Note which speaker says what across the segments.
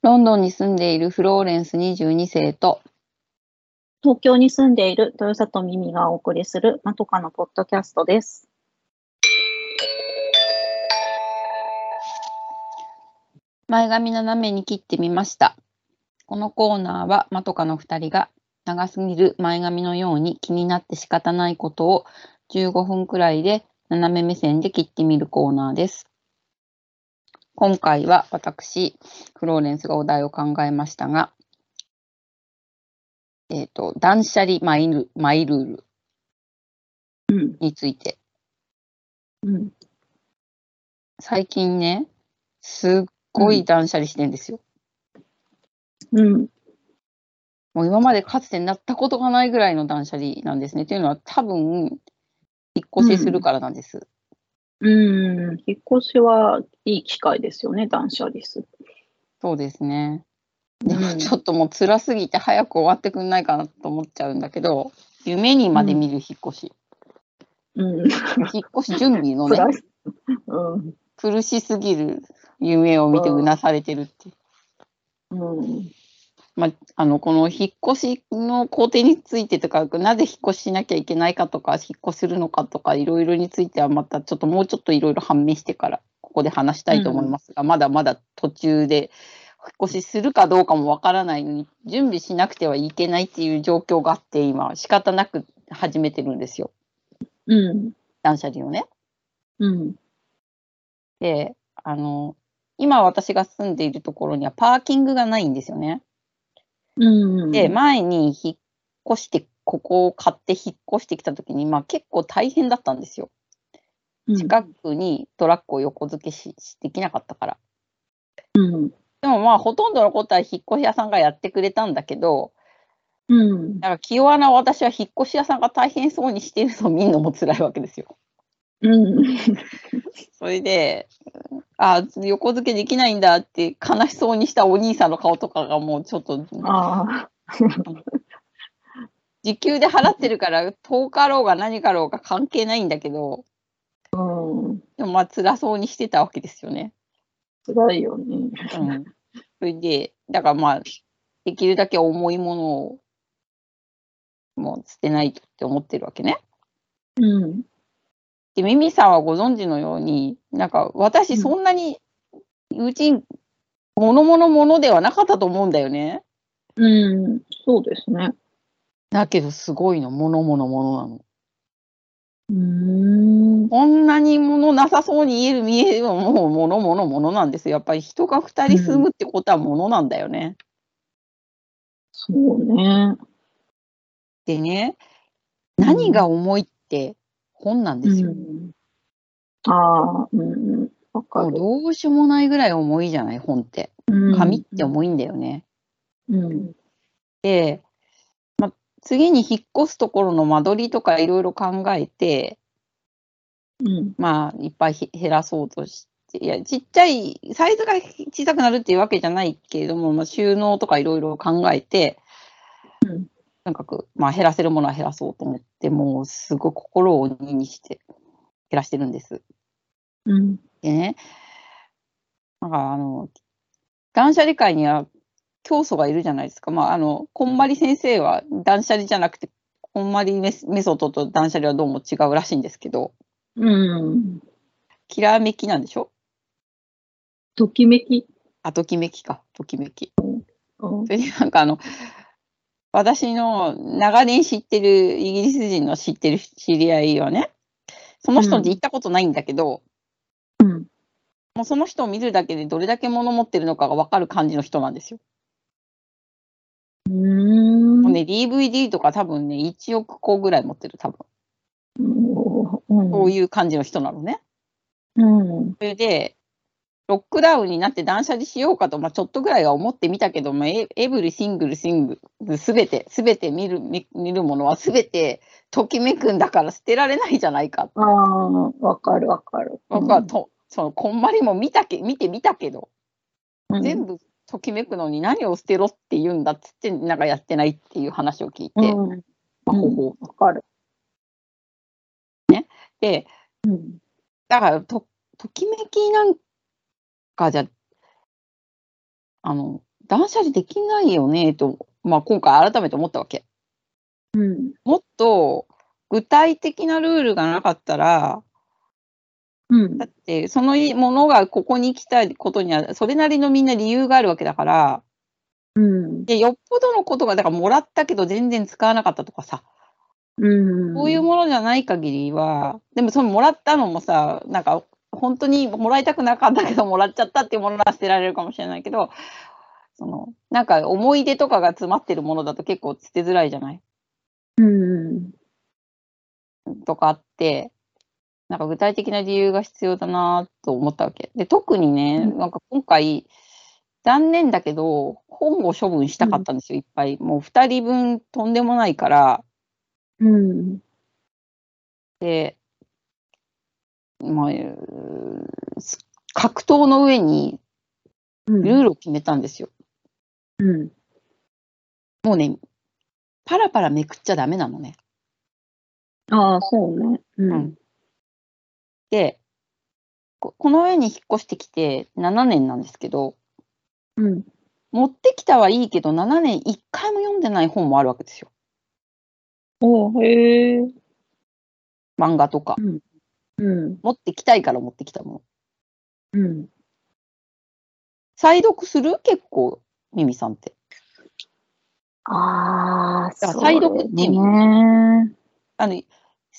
Speaker 1: ロンドンに住んでいるフローレンス22世と、
Speaker 2: 東京に住んでいる豊里ミミがお送りするまとかのポッドキャストです。
Speaker 1: 前髪斜めに切ってみました。このコーナーは、まとかの2人が、長すぎる前髪のように気になって仕方ないことを15分くらいで斜め目線で切ってみるコーナーです。今回は私、フローレンスがお題を考えましたが、えっ、と、断捨離マイルマイルール
Speaker 2: うん。
Speaker 1: について
Speaker 2: うん。
Speaker 1: 最近ね、すっご
Speaker 2: う
Speaker 1: い
Speaker 2: ん
Speaker 1: 断捨離してんですよ。
Speaker 2: うん。
Speaker 1: もう今までかつてなったことがないぐらいの断捨離なんですね。というのは多分、引っ越しするからなんです。
Speaker 2: うん。引っ越しはいい機会ですよね、断捨離する。
Speaker 1: そうですね。
Speaker 2: で
Speaker 1: でもちょっともう辛すぎて早く終わってくんないかなと思っちゃうんだけど、夢にまで見る引っ越し。
Speaker 2: うん。
Speaker 1: 引っ越し準備の
Speaker 2: プ
Speaker 1: ね、
Speaker 2: ラス。うん。
Speaker 1: 苦しすぎる夢を見てうなされてるっていう。
Speaker 2: うん。
Speaker 1: まあ、あのこの引っ越しの工程についてとか、なぜ引っ越ししなきゃいけないかとか、引っ越しするのかとか、いろいろについては、またちょっともうちょっといろいろ判明してから、ここで話したいと思いますが、まだまだ途中で、引っ越しするかどうかもわからないのに、準備しなくてはいけないっていう状況があって、今、仕方なく始めてるんですよ、
Speaker 2: うん。
Speaker 1: 断捨離をね。
Speaker 2: うん。
Speaker 1: で、あの、今私が住んでいるところにはパーキングがないんですよね。
Speaker 2: うん。
Speaker 1: で、前に引っ越して、ここを買って引っ越してきたときに、まあ結構大変だったんですよ。
Speaker 2: うん、
Speaker 1: 近くにトラックを横付けししできなかったから。
Speaker 2: うん。
Speaker 1: でもまあほとんどのことは引っ越し屋さんがやってくれたんだけど、
Speaker 2: うん。
Speaker 1: だから気弱な私は引っ越し屋さんが大変そうにしているのを見るのも辛いわけですよ。
Speaker 2: うん。
Speaker 1: それで、あ横付けできないんだって悲しそうにしたお兄さんの顔とかがもうちょっと
Speaker 2: ああ。
Speaker 1: 時給で払ってるから、遠かろうが何かろうが関係ないんだけど、
Speaker 2: うん。
Speaker 1: でもまあ辛そうにしてたわけですよね。
Speaker 2: 辛いよね。
Speaker 1: うん。それで、だからまあ、できるだけ重いものを、もう捨てないとって思ってるわけね。
Speaker 2: うん。
Speaker 1: で、ミミさんはご存知のように、なんか私そんなに、うち、ものものものではなかったと思うんだよね。
Speaker 2: うん。そうですね。
Speaker 1: だけどすごいの、ものものものなの。
Speaker 2: うーん。
Speaker 1: こんなに物なさそうに言える見えるももう物物物なんですよ。やっぱり人が二人住むってことは物なんだよね。
Speaker 2: そうね。
Speaker 1: でね、
Speaker 2: うん
Speaker 1: 何が重いって本なんですよ。
Speaker 2: うん、ああ、うんうん。わか
Speaker 1: もう
Speaker 2: る。
Speaker 1: どうしようもないぐらい重いじゃない、本って。紙って
Speaker 2: い。
Speaker 1: 重いんだよね。
Speaker 2: うん。
Speaker 1: で、ま、次に引っ越すところの間取りとかいろいろ考えて、
Speaker 2: うん。
Speaker 1: まあ、いっぱいひ減らそうとして、いや、ちっちゃい、サイズが小さくなるっていうわけじゃないけれども、まあ、収納とかいろいろ考えて、
Speaker 2: うん
Speaker 1: とにかく、まあ、減らせるものは減らそうと思って、もう、すごい心を鬼にして減らしてるんです。
Speaker 2: うん。
Speaker 1: でね、なんか、あの、断捨離界には教祖がいるじゃないですか。まあ、あの、こんまり先生は断捨離じゃなくて、こんまりメスメソッドと断捨離はどうも違うらしいんですけど、
Speaker 2: うん。
Speaker 1: きらめきなんでしょ
Speaker 2: ときめき。
Speaker 1: あ、ときめきか、ときめき。
Speaker 2: うん
Speaker 1: そ。れでなんかあの、私の長年知ってるイギリス人の知ってる知り合いはね、その人で行ったことないんだけど、
Speaker 2: うん
Speaker 1: もうその人を見るだけでどれだけ物持ってるのかが分かる感じの人なんですよ。
Speaker 2: うー。
Speaker 1: もうんね、DVD とか多分ね、1億個ぐらい持ってる、多分。そう
Speaker 2: う
Speaker 1: いう感じの人なのね。
Speaker 2: ん。
Speaker 1: それで、ロックダウンになって断捨離しようかと、まあ、ちょっとぐらいは思ってみたけど、まあ、エエブリシングルシングル、すべて、すべて見る見見るものはすべてときめくんだから捨てられないじゃないか。
Speaker 2: ああ、わかるわかる。
Speaker 1: 僕はと、そのこんまりも見たけ見てみたけど、全
Speaker 2: 部
Speaker 1: 部ときめくのに何を捨てろって言うんだっつって、なんかやってないっていう話を聞いて、
Speaker 2: うん。わ、
Speaker 1: まあほぼ
Speaker 2: かる。
Speaker 1: で、
Speaker 2: うん。
Speaker 1: だからと、ときめきなんかじゃ、あの、断捨離できないよねと、まあ、今回改めて思ったわけ。
Speaker 2: うん。
Speaker 1: もっと具体的なルールがなかったら、
Speaker 2: うん
Speaker 1: だ。ってそのものがここに来たことには、それなりのみんな理由があるわけだから、
Speaker 2: うん。
Speaker 1: でよっぽどのことが、だからもらったけど全然使わなかったとかさ、
Speaker 2: うん。
Speaker 1: こういうものじゃない限りは、でもそのもらったのもさ、なんか本当にもらいたくなかったけど、もらっちゃったっていうものは捨てられるかもしれないけど、そのなんか思い出とかが詰まってるものだと結構捨てづらいじゃない
Speaker 2: うん。
Speaker 1: とかあって、なんか具体的な理由が必要だなと思ったわけ。で、特にね、
Speaker 2: うん
Speaker 1: なんか今回、残念だけど、本を処分したかったんですよ、いっぱい。もう2人分とんでもないから、
Speaker 2: うん。
Speaker 1: で、まあ、えーす格闘の上に
Speaker 2: うん。
Speaker 1: ルールを決めたんですよ。
Speaker 2: うん。
Speaker 1: もうね、パラパラめくっちゃダメなのね。
Speaker 2: ああ、そうね。うん。
Speaker 1: で、ここの上に引っ越してきて7年なんですけど、
Speaker 2: うん。
Speaker 1: 持ってきたはいいけど、7年1回も読んでない本もあるわけですよ。
Speaker 2: おへえ。
Speaker 1: 漫画とか。
Speaker 2: うん。
Speaker 1: 持ってきたいから持ってきたもの。
Speaker 2: うん。
Speaker 1: 再読する結構、ミミさんって。
Speaker 2: ああ、
Speaker 1: だから
Speaker 2: そう
Speaker 1: 再読って意味
Speaker 2: ね。
Speaker 1: あの好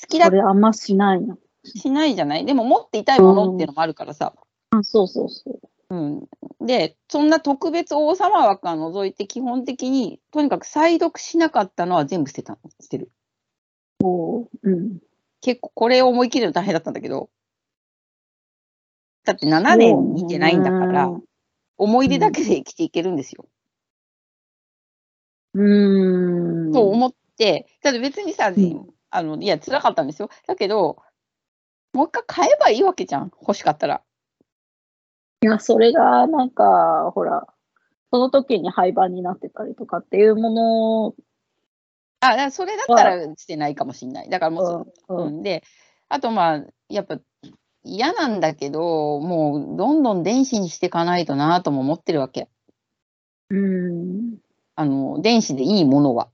Speaker 1: きだ
Speaker 2: それあんましないな。
Speaker 1: しないじゃないでも持っていたいものっていうのもあるからさ。
Speaker 2: あそうそうそう。
Speaker 1: で、そんな特別王様枠は除いて、基本的に、とにかく再読しなかったのは全部捨てた、捨てる。
Speaker 2: うん。
Speaker 1: 結構これを思い切るの大変だったんだけど。だって7年見てないんだから、思い出だけで生きていけるんですよ。
Speaker 2: うーん。
Speaker 1: と思って、ただ別にさ、
Speaker 2: ん
Speaker 1: あの、いや、辛かったんですよ。だけど、もう一回買えばいいわけじゃん。欲しかったら。
Speaker 2: いや、それが、なんか、ほら、その時に廃盤になってたりとかっていうも
Speaker 1: あ、だからそれだったら捨てないかもしれない。だからもうそ、
Speaker 2: の、うん、
Speaker 1: うん、で、あとまあ、やっぱ嫌なんだけど、もうどんどん電子にしていかないとなとも思ってるわけ。
Speaker 2: うん。
Speaker 1: あの、電子でいいものは。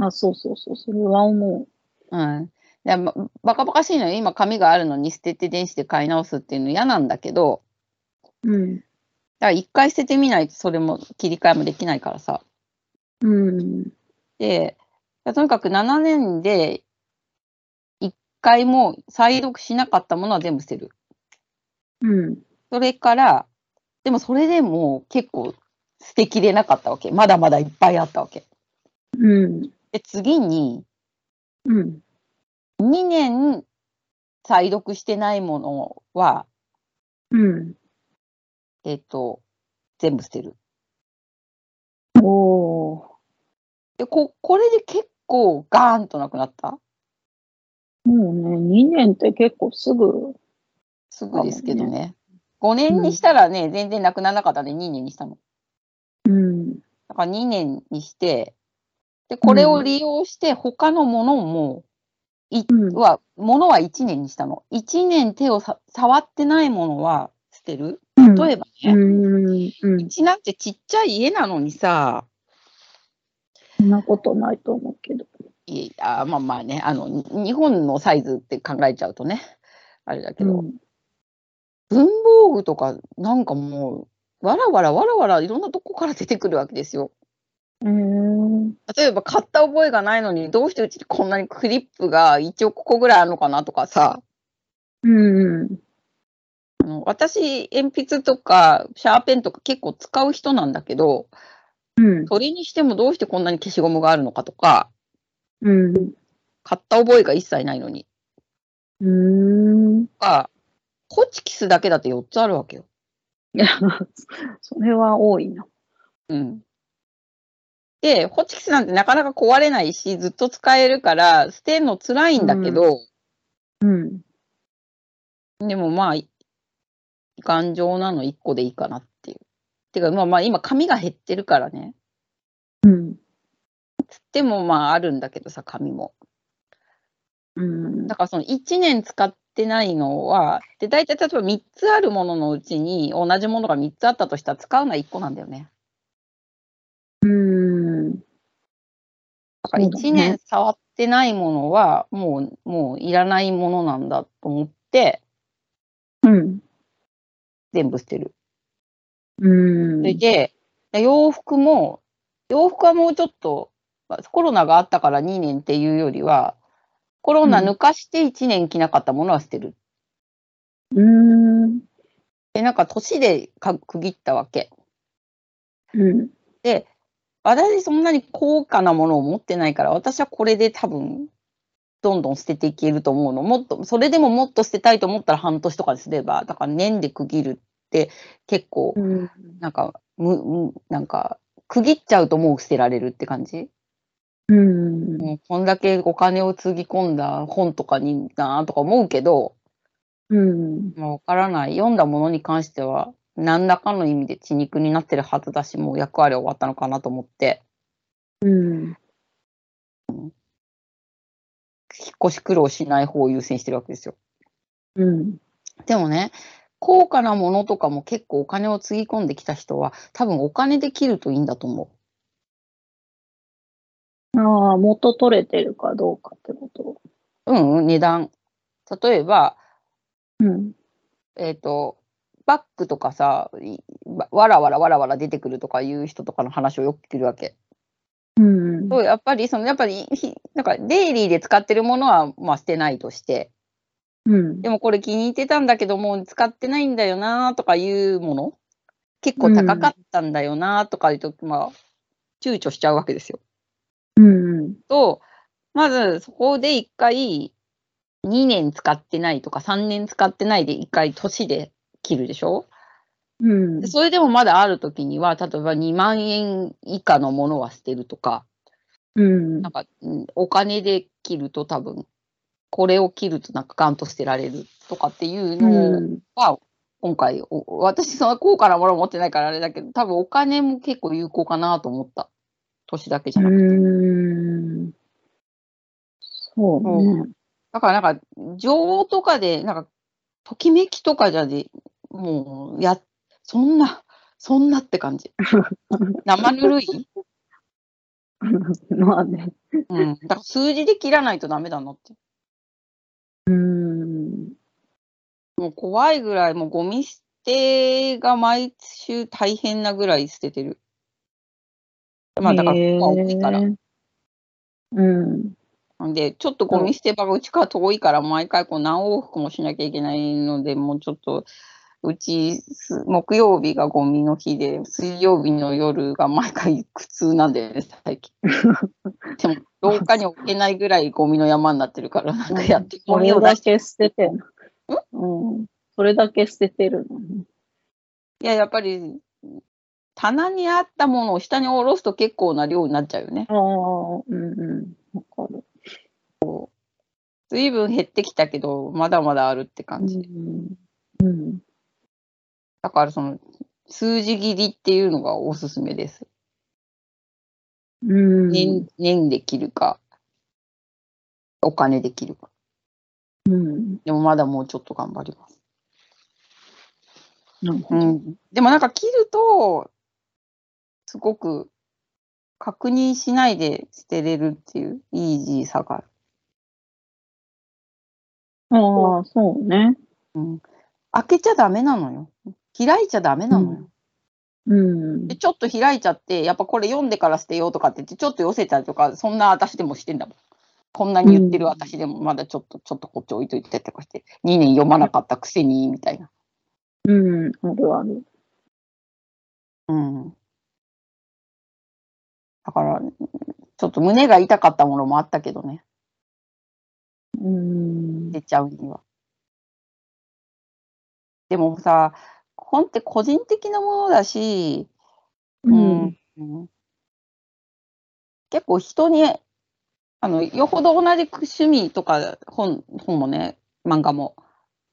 Speaker 2: あ、そうそうそう、それは思
Speaker 1: うん。でま、バカバカしいのよ。今、紙があるのに捨てて電子で買い直すっていうの嫌なんだけど、
Speaker 2: う。うん。
Speaker 1: だから一回捨ててみないとそれも切り替えもできないからさ。
Speaker 2: うん。
Speaker 1: で、とにかく7年で一回も再読しなかったものは全部捨てる。
Speaker 2: うん。
Speaker 1: それから、でもそれでも結構捨てきれなかったわけ。まだまだいっぱいあったわけ。
Speaker 2: うん。
Speaker 1: で、次に
Speaker 2: うん。
Speaker 1: 2年再読してないものは、
Speaker 2: うん。
Speaker 1: えっ、と、全部捨てる。
Speaker 2: おー。
Speaker 1: で、ここれで結構ガーンとなくなった
Speaker 2: もうね、2年って結構すぐ、
Speaker 1: すぐですけどね。5年にしたらね、全然なくならなかったね、2年にしたの。
Speaker 2: うん。
Speaker 1: だから2年にして、で、これを利用して他のものも、
Speaker 2: うん。
Speaker 1: は、ものは1年にしたの。1年手をさ触ってないものは捨てる。例えば
Speaker 2: う
Speaker 1: ね、
Speaker 2: ん。うん
Speaker 1: う。ちなんてちっちゃい家なのにさ、
Speaker 2: そんなことないと思うけど。
Speaker 1: いあまあまあねあの、に日本のサイズって考えちゃうとね、あれだけど、
Speaker 2: うん。
Speaker 1: 文房具とかなんかもう、わらわらわらわらいろんなとこから出てくるわけですよ。
Speaker 2: えー、
Speaker 1: 例えば買った覚えがないのに、どうしてうちにこんなにクリップが一応ここぐらいあるのかなとかさ、
Speaker 2: うん。
Speaker 1: あの私、鉛筆とかシャーペンとか結構使う人なんだけど、
Speaker 2: うん。
Speaker 1: それにしてもどうしてこんなに消しゴムがあるのかとか、
Speaker 2: うん。
Speaker 1: 買った覚えが一切ないのに。
Speaker 2: うーん。
Speaker 1: とか、ホチキスだけだって4つあるわけよ。
Speaker 2: いや、それは多いな。
Speaker 1: うん。で、ホチキスなんてなかなか壊れないし、ずっと使えるから、捨てるの辛いんだけど、
Speaker 2: うん。
Speaker 1: でもまあ、い頑丈なの1個でいいかなっていう。てか、まあまあ、今、紙が減ってるからね。
Speaker 2: うん。
Speaker 1: でもまあ、あるんだけどさ、紙も。
Speaker 2: うん。
Speaker 1: だからその1年使ってないのは、で大体例えば3つあるもののうちに同じものが3つあったとしたら使うのは1個なんだよね。
Speaker 2: うん。
Speaker 1: だから
Speaker 2: そうだね
Speaker 1: 1年触ってないものはもう、もういらないものなんだと思って
Speaker 2: うん。
Speaker 1: 全部捨てる。
Speaker 2: うん
Speaker 1: それで、洋服も、洋服はもうちょっと、まあコロナがあったから2年っていうよりは、コロナ抜かして1年着なかったものは捨てる。
Speaker 2: うん。
Speaker 1: で、なんか年でか区切ったわけ。
Speaker 2: うん。
Speaker 1: で、私そんなに高価なものを持ってないから、私はこれで多分、どんどん捨てていけると思うの。もっと、それでももっと捨てたいと思ったら半年とかにすれば、だから年で区切るって結構、
Speaker 2: うん。
Speaker 1: なんか、む、むなんか、区切っちゃうともう捨てられるって感じ。
Speaker 2: うん。
Speaker 1: もうこんだけお金をつぎ込んだ本とかになーとか思うけど、
Speaker 2: うん。
Speaker 1: もうわからない。読んだものに関しては、何らかの意味で血肉になってるはずだし、もう役割は終わったのかなと思って。
Speaker 2: うん。
Speaker 1: 引っ越し苦労しない方を優先してるわけですよ。
Speaker 2: うん。
Speaker 1: でもね、高価なものとかも結構お金をつぎ込んできた人は、多分お金で切るといいんだと思
Speaker 2: ああ、元取れてるかどうかってこと。
Speaker 1: う。うん、うん、値段。例えば、
Speaker 2: うん。
Speaker 1: えっ、と、バッグとかさ、いわわらわらわらわら出てくるとかいう人とかの話をよく聞るわけ。
Speaker 2: うん。
Speaker 1: そうやっぱり、その、やっぱり、ひなんか、デイリーで使ってるものは、まあ、捨てないとして、
Speaker 2: うん
Speaker 1: で。もこれ気に入ってたんだけど、もう使ってないんだよなとかいうもの、結構高かったんだよなとかいうと、まあ、躊躇しちゃうわけですよ。
Speaker 2: うん。
Speaker 1: と、まずそこで一回、2年使ってないとか3年使ってないで一回年で切るでしょ
Speaker 2: うん
Speaker 1: で。それでもまだある時には、例えば2万円以下のものは捨てるとか、
Speaker 2: うん
Speaker 1: なん。か、うんお金で切ると多分、これを切るとなんかガンと捨てられるとかっていうのを、は今回お私そんな高価なもの持ってないからあれだけど多分お金も結構有効かなと思った年だけじゃなくて、
Speaker 2: うん。そうね。
Speaker 1: だからなんか情報とかでなんかときめきとかじゃでもうやそんなそんなって感じ生ぬるい、
Speaker 2: まあね。
Speaker 1: うん、だから数字で切らないとダメだなって
Speaker 2: うん。
Speaker 1: もう怖いぐらいもうゴミ捨てが毎週大変なぐらい捨ててるまあだから
Speaker 2: へー
Speaker 1: 服は多いから
Speaker 2: うん。
Speaker 1: で、ちょっとゴミ捨て場がうちから遠いから、毎回こう何往復もしなきゃいけないので、もうちょっと、うち、す木曜日がゴミの日で、水曜日の夜が毎回苦痛なんだよね、最 近。でも、廊下に置けないぐらいゴミの山になってるから、なんかやって、ゴ
Speaker 2: そ
Speaker 1: ミ
Speaker 2: れ
Speaker 1: を出
Speaker 2: だ
Speaker 1: して。
Speaker 2: け捨ててんの。うん。それだけ捨ててるのね。
Speaker 1: いや、やっぱり、棚にあったものを下に下ろすと結構な量になっちゃうよね。
Speaker 2: ああ、うんうん。わかる。
Speaker 1: 随分減ってきたけど、まだまだあるって
Speaker 2: う
Speaker 1: 感じ。
Speaker 2: ん。うん。
Speaker 1: だから、その、数字切りっていうのがおすすめです。
Speaker 2: うん。
Speaker 1: 年年で切るか、お金で切るか。
Speaker 2: うん。
Speaker 1: でもまだもうちょっと頑張ります。
Speaker 2: なるほ
Speaker 1: う
Speaker 2: ど
Speaker 1: ん、でもなんか切ると、すごく確認しないで捨てれるっていうイージーさがある。
Speaker 2: ああ、そうね。
Speaker 1: 開けちゃダメなのよ。開いちゃダメなのよ。
Speaker 2: うん
Speaker 1: で、。ちょっと開いちゃって、やっぱこれ読んでから捨てようとかって言って、ちょっと寄せたりとか、そんな私でもしてんだもん。こんなに言ってる私でも、まだちょっと、ちょっとこっち置いといてとかして、2年読まなかったくせに、みたいな。
Speaker 2: うん。あるある。
Speaker 1: うんだから、ちょっと胸が痛かったものもあったけどね、
Speaker 2: うん。
Speaker 1: 出ちゃうには。でもさ、本って個人的なものだし、
Speaker 2: うん。
Speaker 1: うん結構人に、あの、よほど同じ趣味とか、本、本もね、漫画も、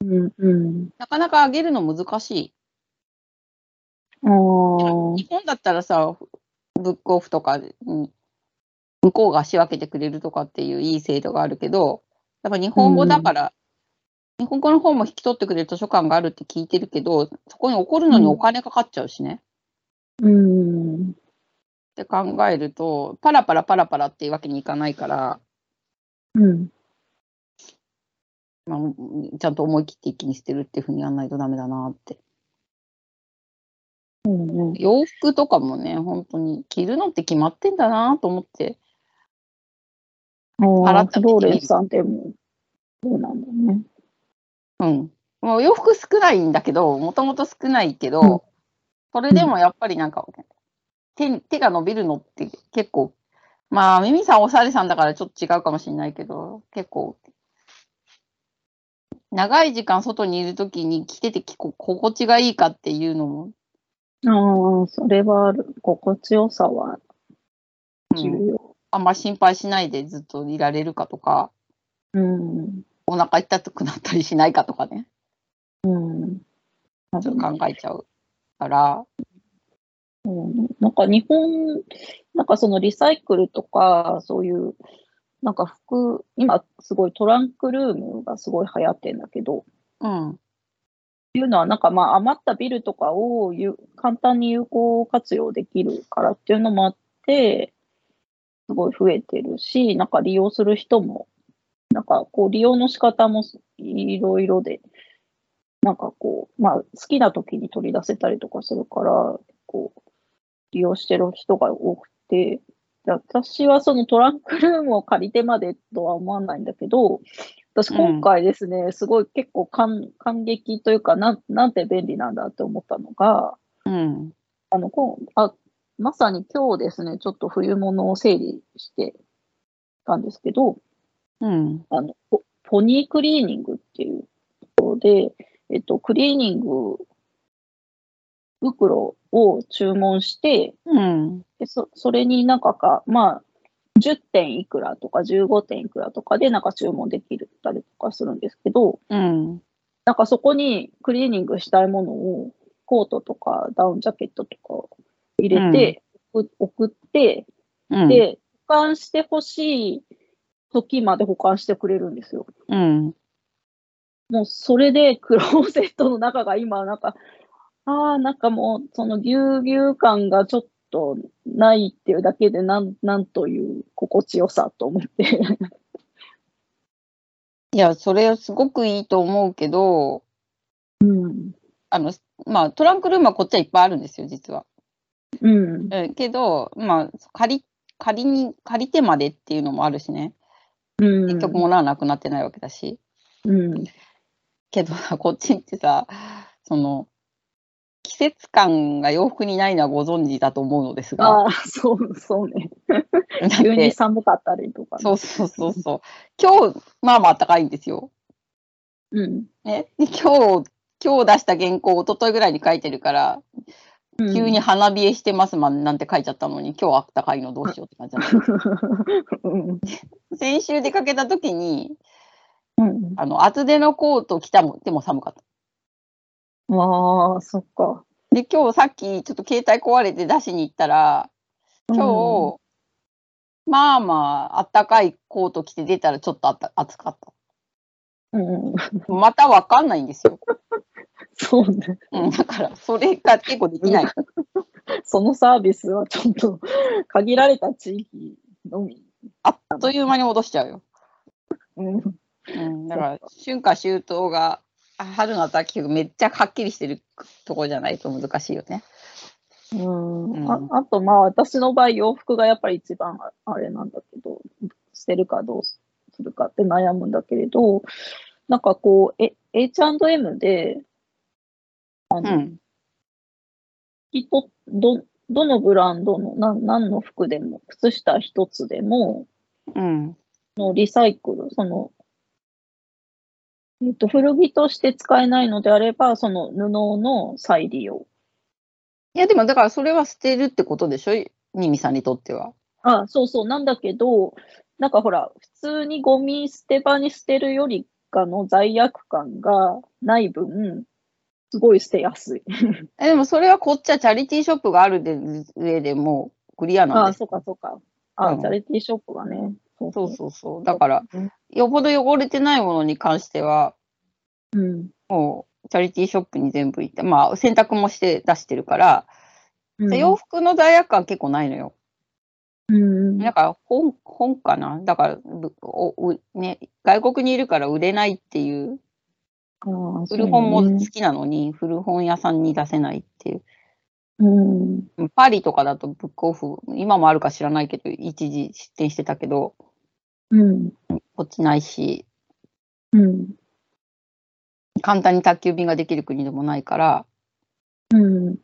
Speaker 2: うん。うん。
Speaker 1: なかなかあげるの難しい。
Speaker 2: ああ。
Speaker 1: 日本だったらさ、ブックオフとかに向こうが仕分けてくれるとかっていういい制度があるけど、やっぱ日本語だから、日本語の方も引き取ってくれる図書館があるって聞いてるけど、そこに怒るのにお金かかっちゃうしね。
Speaker 2: うん。
Speaker 1: って考えると、パラパラパラパラっていうわけにいかないから、
Speaker 2: うん。
Speaker 1: まあ、ちゃんと思い切って一気に捨てるっていうふうにやらないとダメだなって。
Speaker 2: うんうん。
Speaker 1: 洋服とかもね、本当に着るのって決まってんだなと思って。
Speaker 2: あ
Speaker 1: 改
Speaker 2: あ、
Speaker 1: めて
Speaker 2: スボーレンさんでも、そうなんだね。
Speaker 1: うん。もう洋服少ないんだけど、もともと少ないけど、
Speaker 2: うん
Speaker 1: それでもやっぱりなんか、手手が伸びるのって結構、まあ、ミミさんおしゃれさんだからちょっと違うかもしれないけど、結構、長い時間外にいるときに着ててきこ心地がいいかっていうのも、
Speaker 2: ああ、それはある。心地よさは
Speaker 1: うん
Speaker 2: 重要。
Speaker 1: あんま心配しないでずっといられるかとか、
Speaker 2: うん。
Speaker 1: お腹痛くなったりしないかとかね、
Speaker 2: うん。あ
Speaker 1: ちょ
Speaker 2: る
Speaker 1: っと
Speaker 2: ね
Speaker 1: 考えちゃうから、
Speaker 2: うん、なんか日本、なんかそのリサイクルとか、そういう、なんか服、今すごいトランクルームがすごい流行ってんだけど、
Speaker 1: うん、
Speaker 2: いうのはなんかまあ余ったビルとかをゆ簡単に有効活用できるからっていうのもあって、すごい増えてるし、なんか利用する人も、なんかこう利用の仕方もいろいろで、なんかこう、まあ好きな時に取り出せたりとかするから、こう、利用してる人が多くて、で私はそのトランクルームを借りてまでとは思わないんだけど、私今回ですね、すごい結構感感激というかなん、なんて便利なんだって思ったのが、
Speaker 1: うん、
Speaker 2: あの、こうあまさに今日ですね、ちょっと冬物を整理してたんですけど、
Speaker 1: うん、
Speaker 2: あのポポニークリーニングっていうところで、えっと、クリーニング袋を注文して、
Speaker 1: うん、
Speaker 2: でそそれになんかか、まあ、10点いくらとか15点いくらとかでなんか注文できるたりとかするんですけど、
Speaker 1: うん、
Speaker 2: なんかそこにクリーニングしたいものをコートとかダウンジャケットとかを入れて、送送って、
Speaker 1: うん、
Speaker 2: で、保管してほしい時まで保管してくれるんですよ。
Speaker 1: うん、
Speaker 2: もうそれでクローゼットの中が今なんか、ああ、なんかもうそのぎゅうぎゅう感がちょっとないっていうだけでなん、なんという心地よさと思って。
Speaker 1: いや、それすごくいいと思うけど、
Speaker 2: うん。
Speaker 1: あの、まあ、トランクルームはこっちはいっぱいあるんですよ、実は。
Speaker 2: うん。
Speaker 1: うん、けど、まあ、借り、借りに、借りてまでっていうのもあるしね。
Speaker 2: うん。
Speaker 1: 結局もらわなくなってないわけだし。
Speaker 2: うん。
Speaker 1: けど さ、こっちってさ、その、季節感が洋服にないのはご存知だと思うのですが、
Speaker 2: ああ、そう、そうね。
Speaker 1: だって
Speaker 2: 急に寒かったりとかね、
Speaker 1: そうそうそうそう。今日、まあまあ暖かいんですよ。
Speaker 2: うん。
Speaker 1: ね、で今日、今日出した原稿を一昨日ぐらいに書いてるから、
Speaker 2: うん
Speaker 1: 急に。花冷えしてますまんなんて書いちゃったのに、今日は暖かいのどうしようって感じだった。
Speaker 2: うん。
Speaker 1: 先週出かけた時に、
Speaker 2: うん
Speaker 1: あの、厚手のコート着たも、でも寒かった。
Speaker 2: ああ、そっか。
Speaker 1: で、今日さっきちょっと携帯壊れて出しに行ったら、
Speaker 2: うん
Speaker 1: 今日、まあまあ、あったかいコート着て出たらちょっとあった暑かっ
Speaker 2: うん。
Speaker 1: た。またわかんないんですよ。
Speaker 2: そうね。
Speaker 1: うん、だから、それが結構できない。
Speaker 2: そのサービスはちょっと限られた地域のみ。
Speaker 1: あっという間に戻しちゃうよ。
Speaker 2: うん。
Speaker 1: うん、だから、春夏秋冬が、あ春夏秋冬めっちゃはっきりしてるとこじゃないと難しいよね。
Speaker 2: うん
Speaker 1: う
Speaker 2: ああとまあ私の場合洋服がやっぱり一番ああれなんだけど捨てるかどうするかって悩むんだけれどなんかこうえ H&M であの、
Speaker 1: うん
Speaker 2: きっとどどのブランドのな何の服でも靴下一つでも
Speaker 1: うん。
Speaker 2: のリサイクルその、えっと古着として使えないのであればその布の再利用
Speaker 1: いや、でも、だから、それは捨てるってことでしょミミさんにとっては。
Speaker 2: あ、そうそう、なんだけど、なんかほら、普通にゴミ捨て場に捨てるよりかの罪悪感がない分、すごい捨てやすい。
Speaker 1: えでも、それはこっちはチャリティーショップがあるで上でもうクリアなん
Speaker 2: あ、
Speaker 1: です。
Speaker 2: そうかそうか。あ、
Speaker 1: うん
Speaker 2: チャリティーショップがね。そう
Speaker 1: そう
Speaker 2: そ
Speaker 1: そうそう。だから、
Speaker 2: う。
Speaker 1: よほど汚れてないものに関しては、
Speaker 2: うん。
Speaker 1: もう、チャリティーショップに全部行って、まあ、洗濯もして出してるから、
Speaker 2: うん
Speaker 1: 洋服の罪悪感結構ないのよ。
Speaker 2: うん。
Speaker 1: だから本本かなだからぶおう、ね、外国にいるから売れないっていう
Speaker 2: ああ
Speaker 1: 古本も
Speaker 2: そう
Speaker 1: 好
Speaker 2: ね
Speaker 1: きなのに、古本屋さんに出せないっていう
Speaker 2: うん。
Speaker 1: パリとかだとブックオフ今もあるか知らないけど一時出店してたけど
Speaker 2: うん。
Speaker 1: こっちないし
Speaker 2: うん。
Speaker 1: 簡単に宅急便ができる国でもないから
Speaker 2: うん。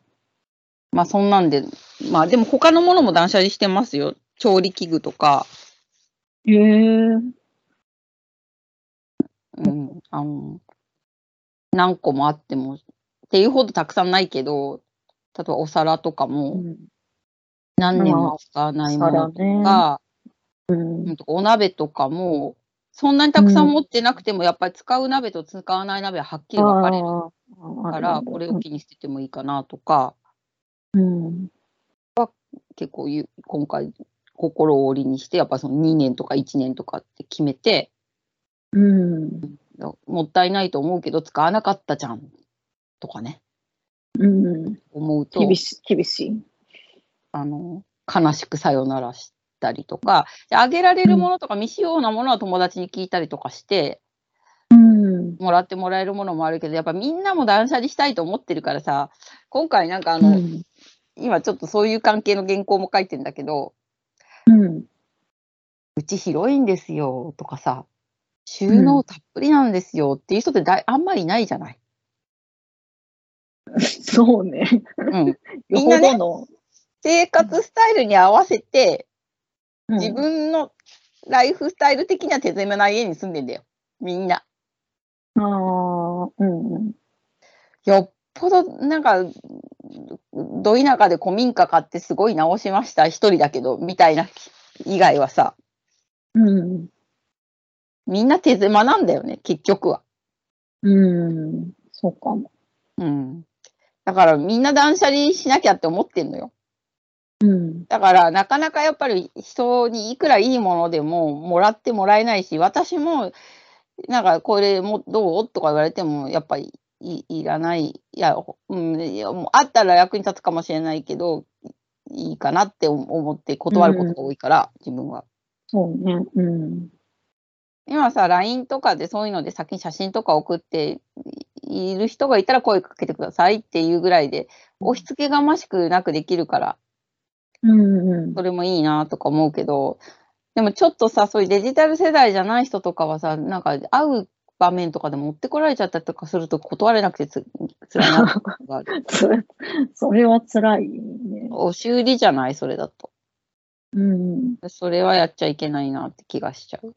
Speaker 1: まあそんなんでまあでも他のものも断捨離してますよ調理器具とか、
Speaker 2: へえ。
Speaker 1: うん、あの何個もあってもっていうほどたくさんないけど例えばお皿とかも何年も使わないものと
Speaker 2: うんお
Speaker 1: か
Speaker 2: 皿、うん。
Speaker 1: うんとお鍋とかもそんなにたくさん持ってなくても、やっぱり使う鍋と使わない鍋ははっきり分かれる
Speaker 2: ああ
Speaker 1: から、これを機に捨ててもいいかなとか、
Speaker 2: うん。
Speaker 1: 結構ゆ今回、心を折りにして、やっぱその2年とか1年とかって決めて、
Speaker 2: うん。
Speaker 1: だもったいないと思うけど、使わなかったじゃんとかね、
Speaker 2: うん。
Speaker 1: 思うと
Speaker 2: 厳しい、厳しい。
Speaker 1: あの、悲しくさよならしたりとか、であげられるものとか、未使用なものは友達に聞いたりとかして、
Speaker 2: うん。
Speaker 1: もらってもらえるものもあるけど、やっぱみんなも断捨離したいと思ってるからさ、今回なんかあ
Speaker 2: う
Speaker 1: の、
Speaker 2: ん。
Speaker 1: 今ちょっとそういう関係の原稿も書いてんだけど、
Speaker 2: うん。
Speaker 1: うち広いんですよとかさ、収納たっぷりなんですよっていう人ってだいあんまりいないじゃない。
Speaker 2: そうね。
Speaker 1: うん、
Speaker 2: よ
Speaker 1: みん
Speaker 2: ほ
Speaker 1: なね
Speaker 2: どの。
Speaker 1: 生活スタイルに合わせて、
Speaker 2: うん
Speaker 1: 自分のライフスタイル的には手狭な家に住んでんだよ、みんな。
Speaker 2: ああ、うん。
Speaker 1: よっぽどなんか、ど田舎で古民家買ってすごい直しました、一人だけど、みたいな以外はさ、
Speaker 2: うん。
Speaker 1: みんな手狭なんだよね、結局は。
Speaker 2: うん。そうかも。
Speaker 1: うん。だからみんな断捨離しなきゃって思ってんのよ。
Speaker 2: うん。
Speaker 1: だからなかなかやっぱり人にいくらいいものでももらってもらえないし、私もなんかこれもどうとか言われてもやっぱりいいらない、いや、うん、いやもうあったら役に立つかもしれないけど、いいかなって思って断ることが多いから、自分は。
Speaker 2: そうね。うん。
Speaker 1: 今さ、LINE とかでそういうので先に写真とか送っていいる人がいたら声かけてくださいっていうぐらいで、押し付けがましくなくできるから、
Speaker 2: うん。
Speaker 1: それもいいなとか思うけど、でもちょっとさ、そういうデジタル世代じゃない人とかはさ、なんか会う場面とかで持ってこられちゃったりとかすると断れなくてつつらいなとか
Speaker 2: つそれは辛いね。
Speaker 1: お修理じゃない、それだと。
Speaker 2: うん。
Speaker 1: それはやっちゃいけないなって気がしちゃう。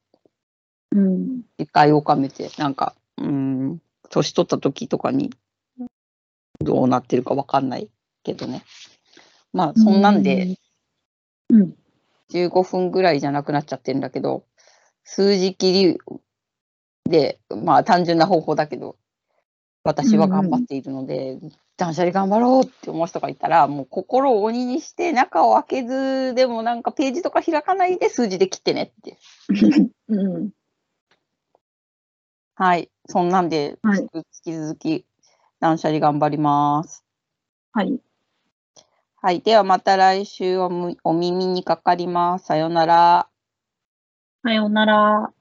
Speaker 2: うん。
Speaker 1: 一回をかめて、なんか、うーん、年取った時とかに、どうなってるかわかんないけどね。まあ、そんなんで、。
Speaker 2: うん。
Speaker 1: 15分ぐらいじゃなくなっちゃってるんだけど、数字切りで、まあ、単純な方法だけど、私は頑張っているので、断捨離頑張ろうって思う人がいたら、もう心を鬼にして、中を開けず、でもなんかページとか開かないで数字で切ってねって。
Speaker 2: うん。
Speaker 1: はい、そんなんで、
Speaker 2: はい
Speaker 1: 引き続き断捨離頑張ります。
Speaker 2: はい。
Speaker 1: はい、ではまた来週おむお耳にかかります。さようなら。
Speaker 2: さようなら。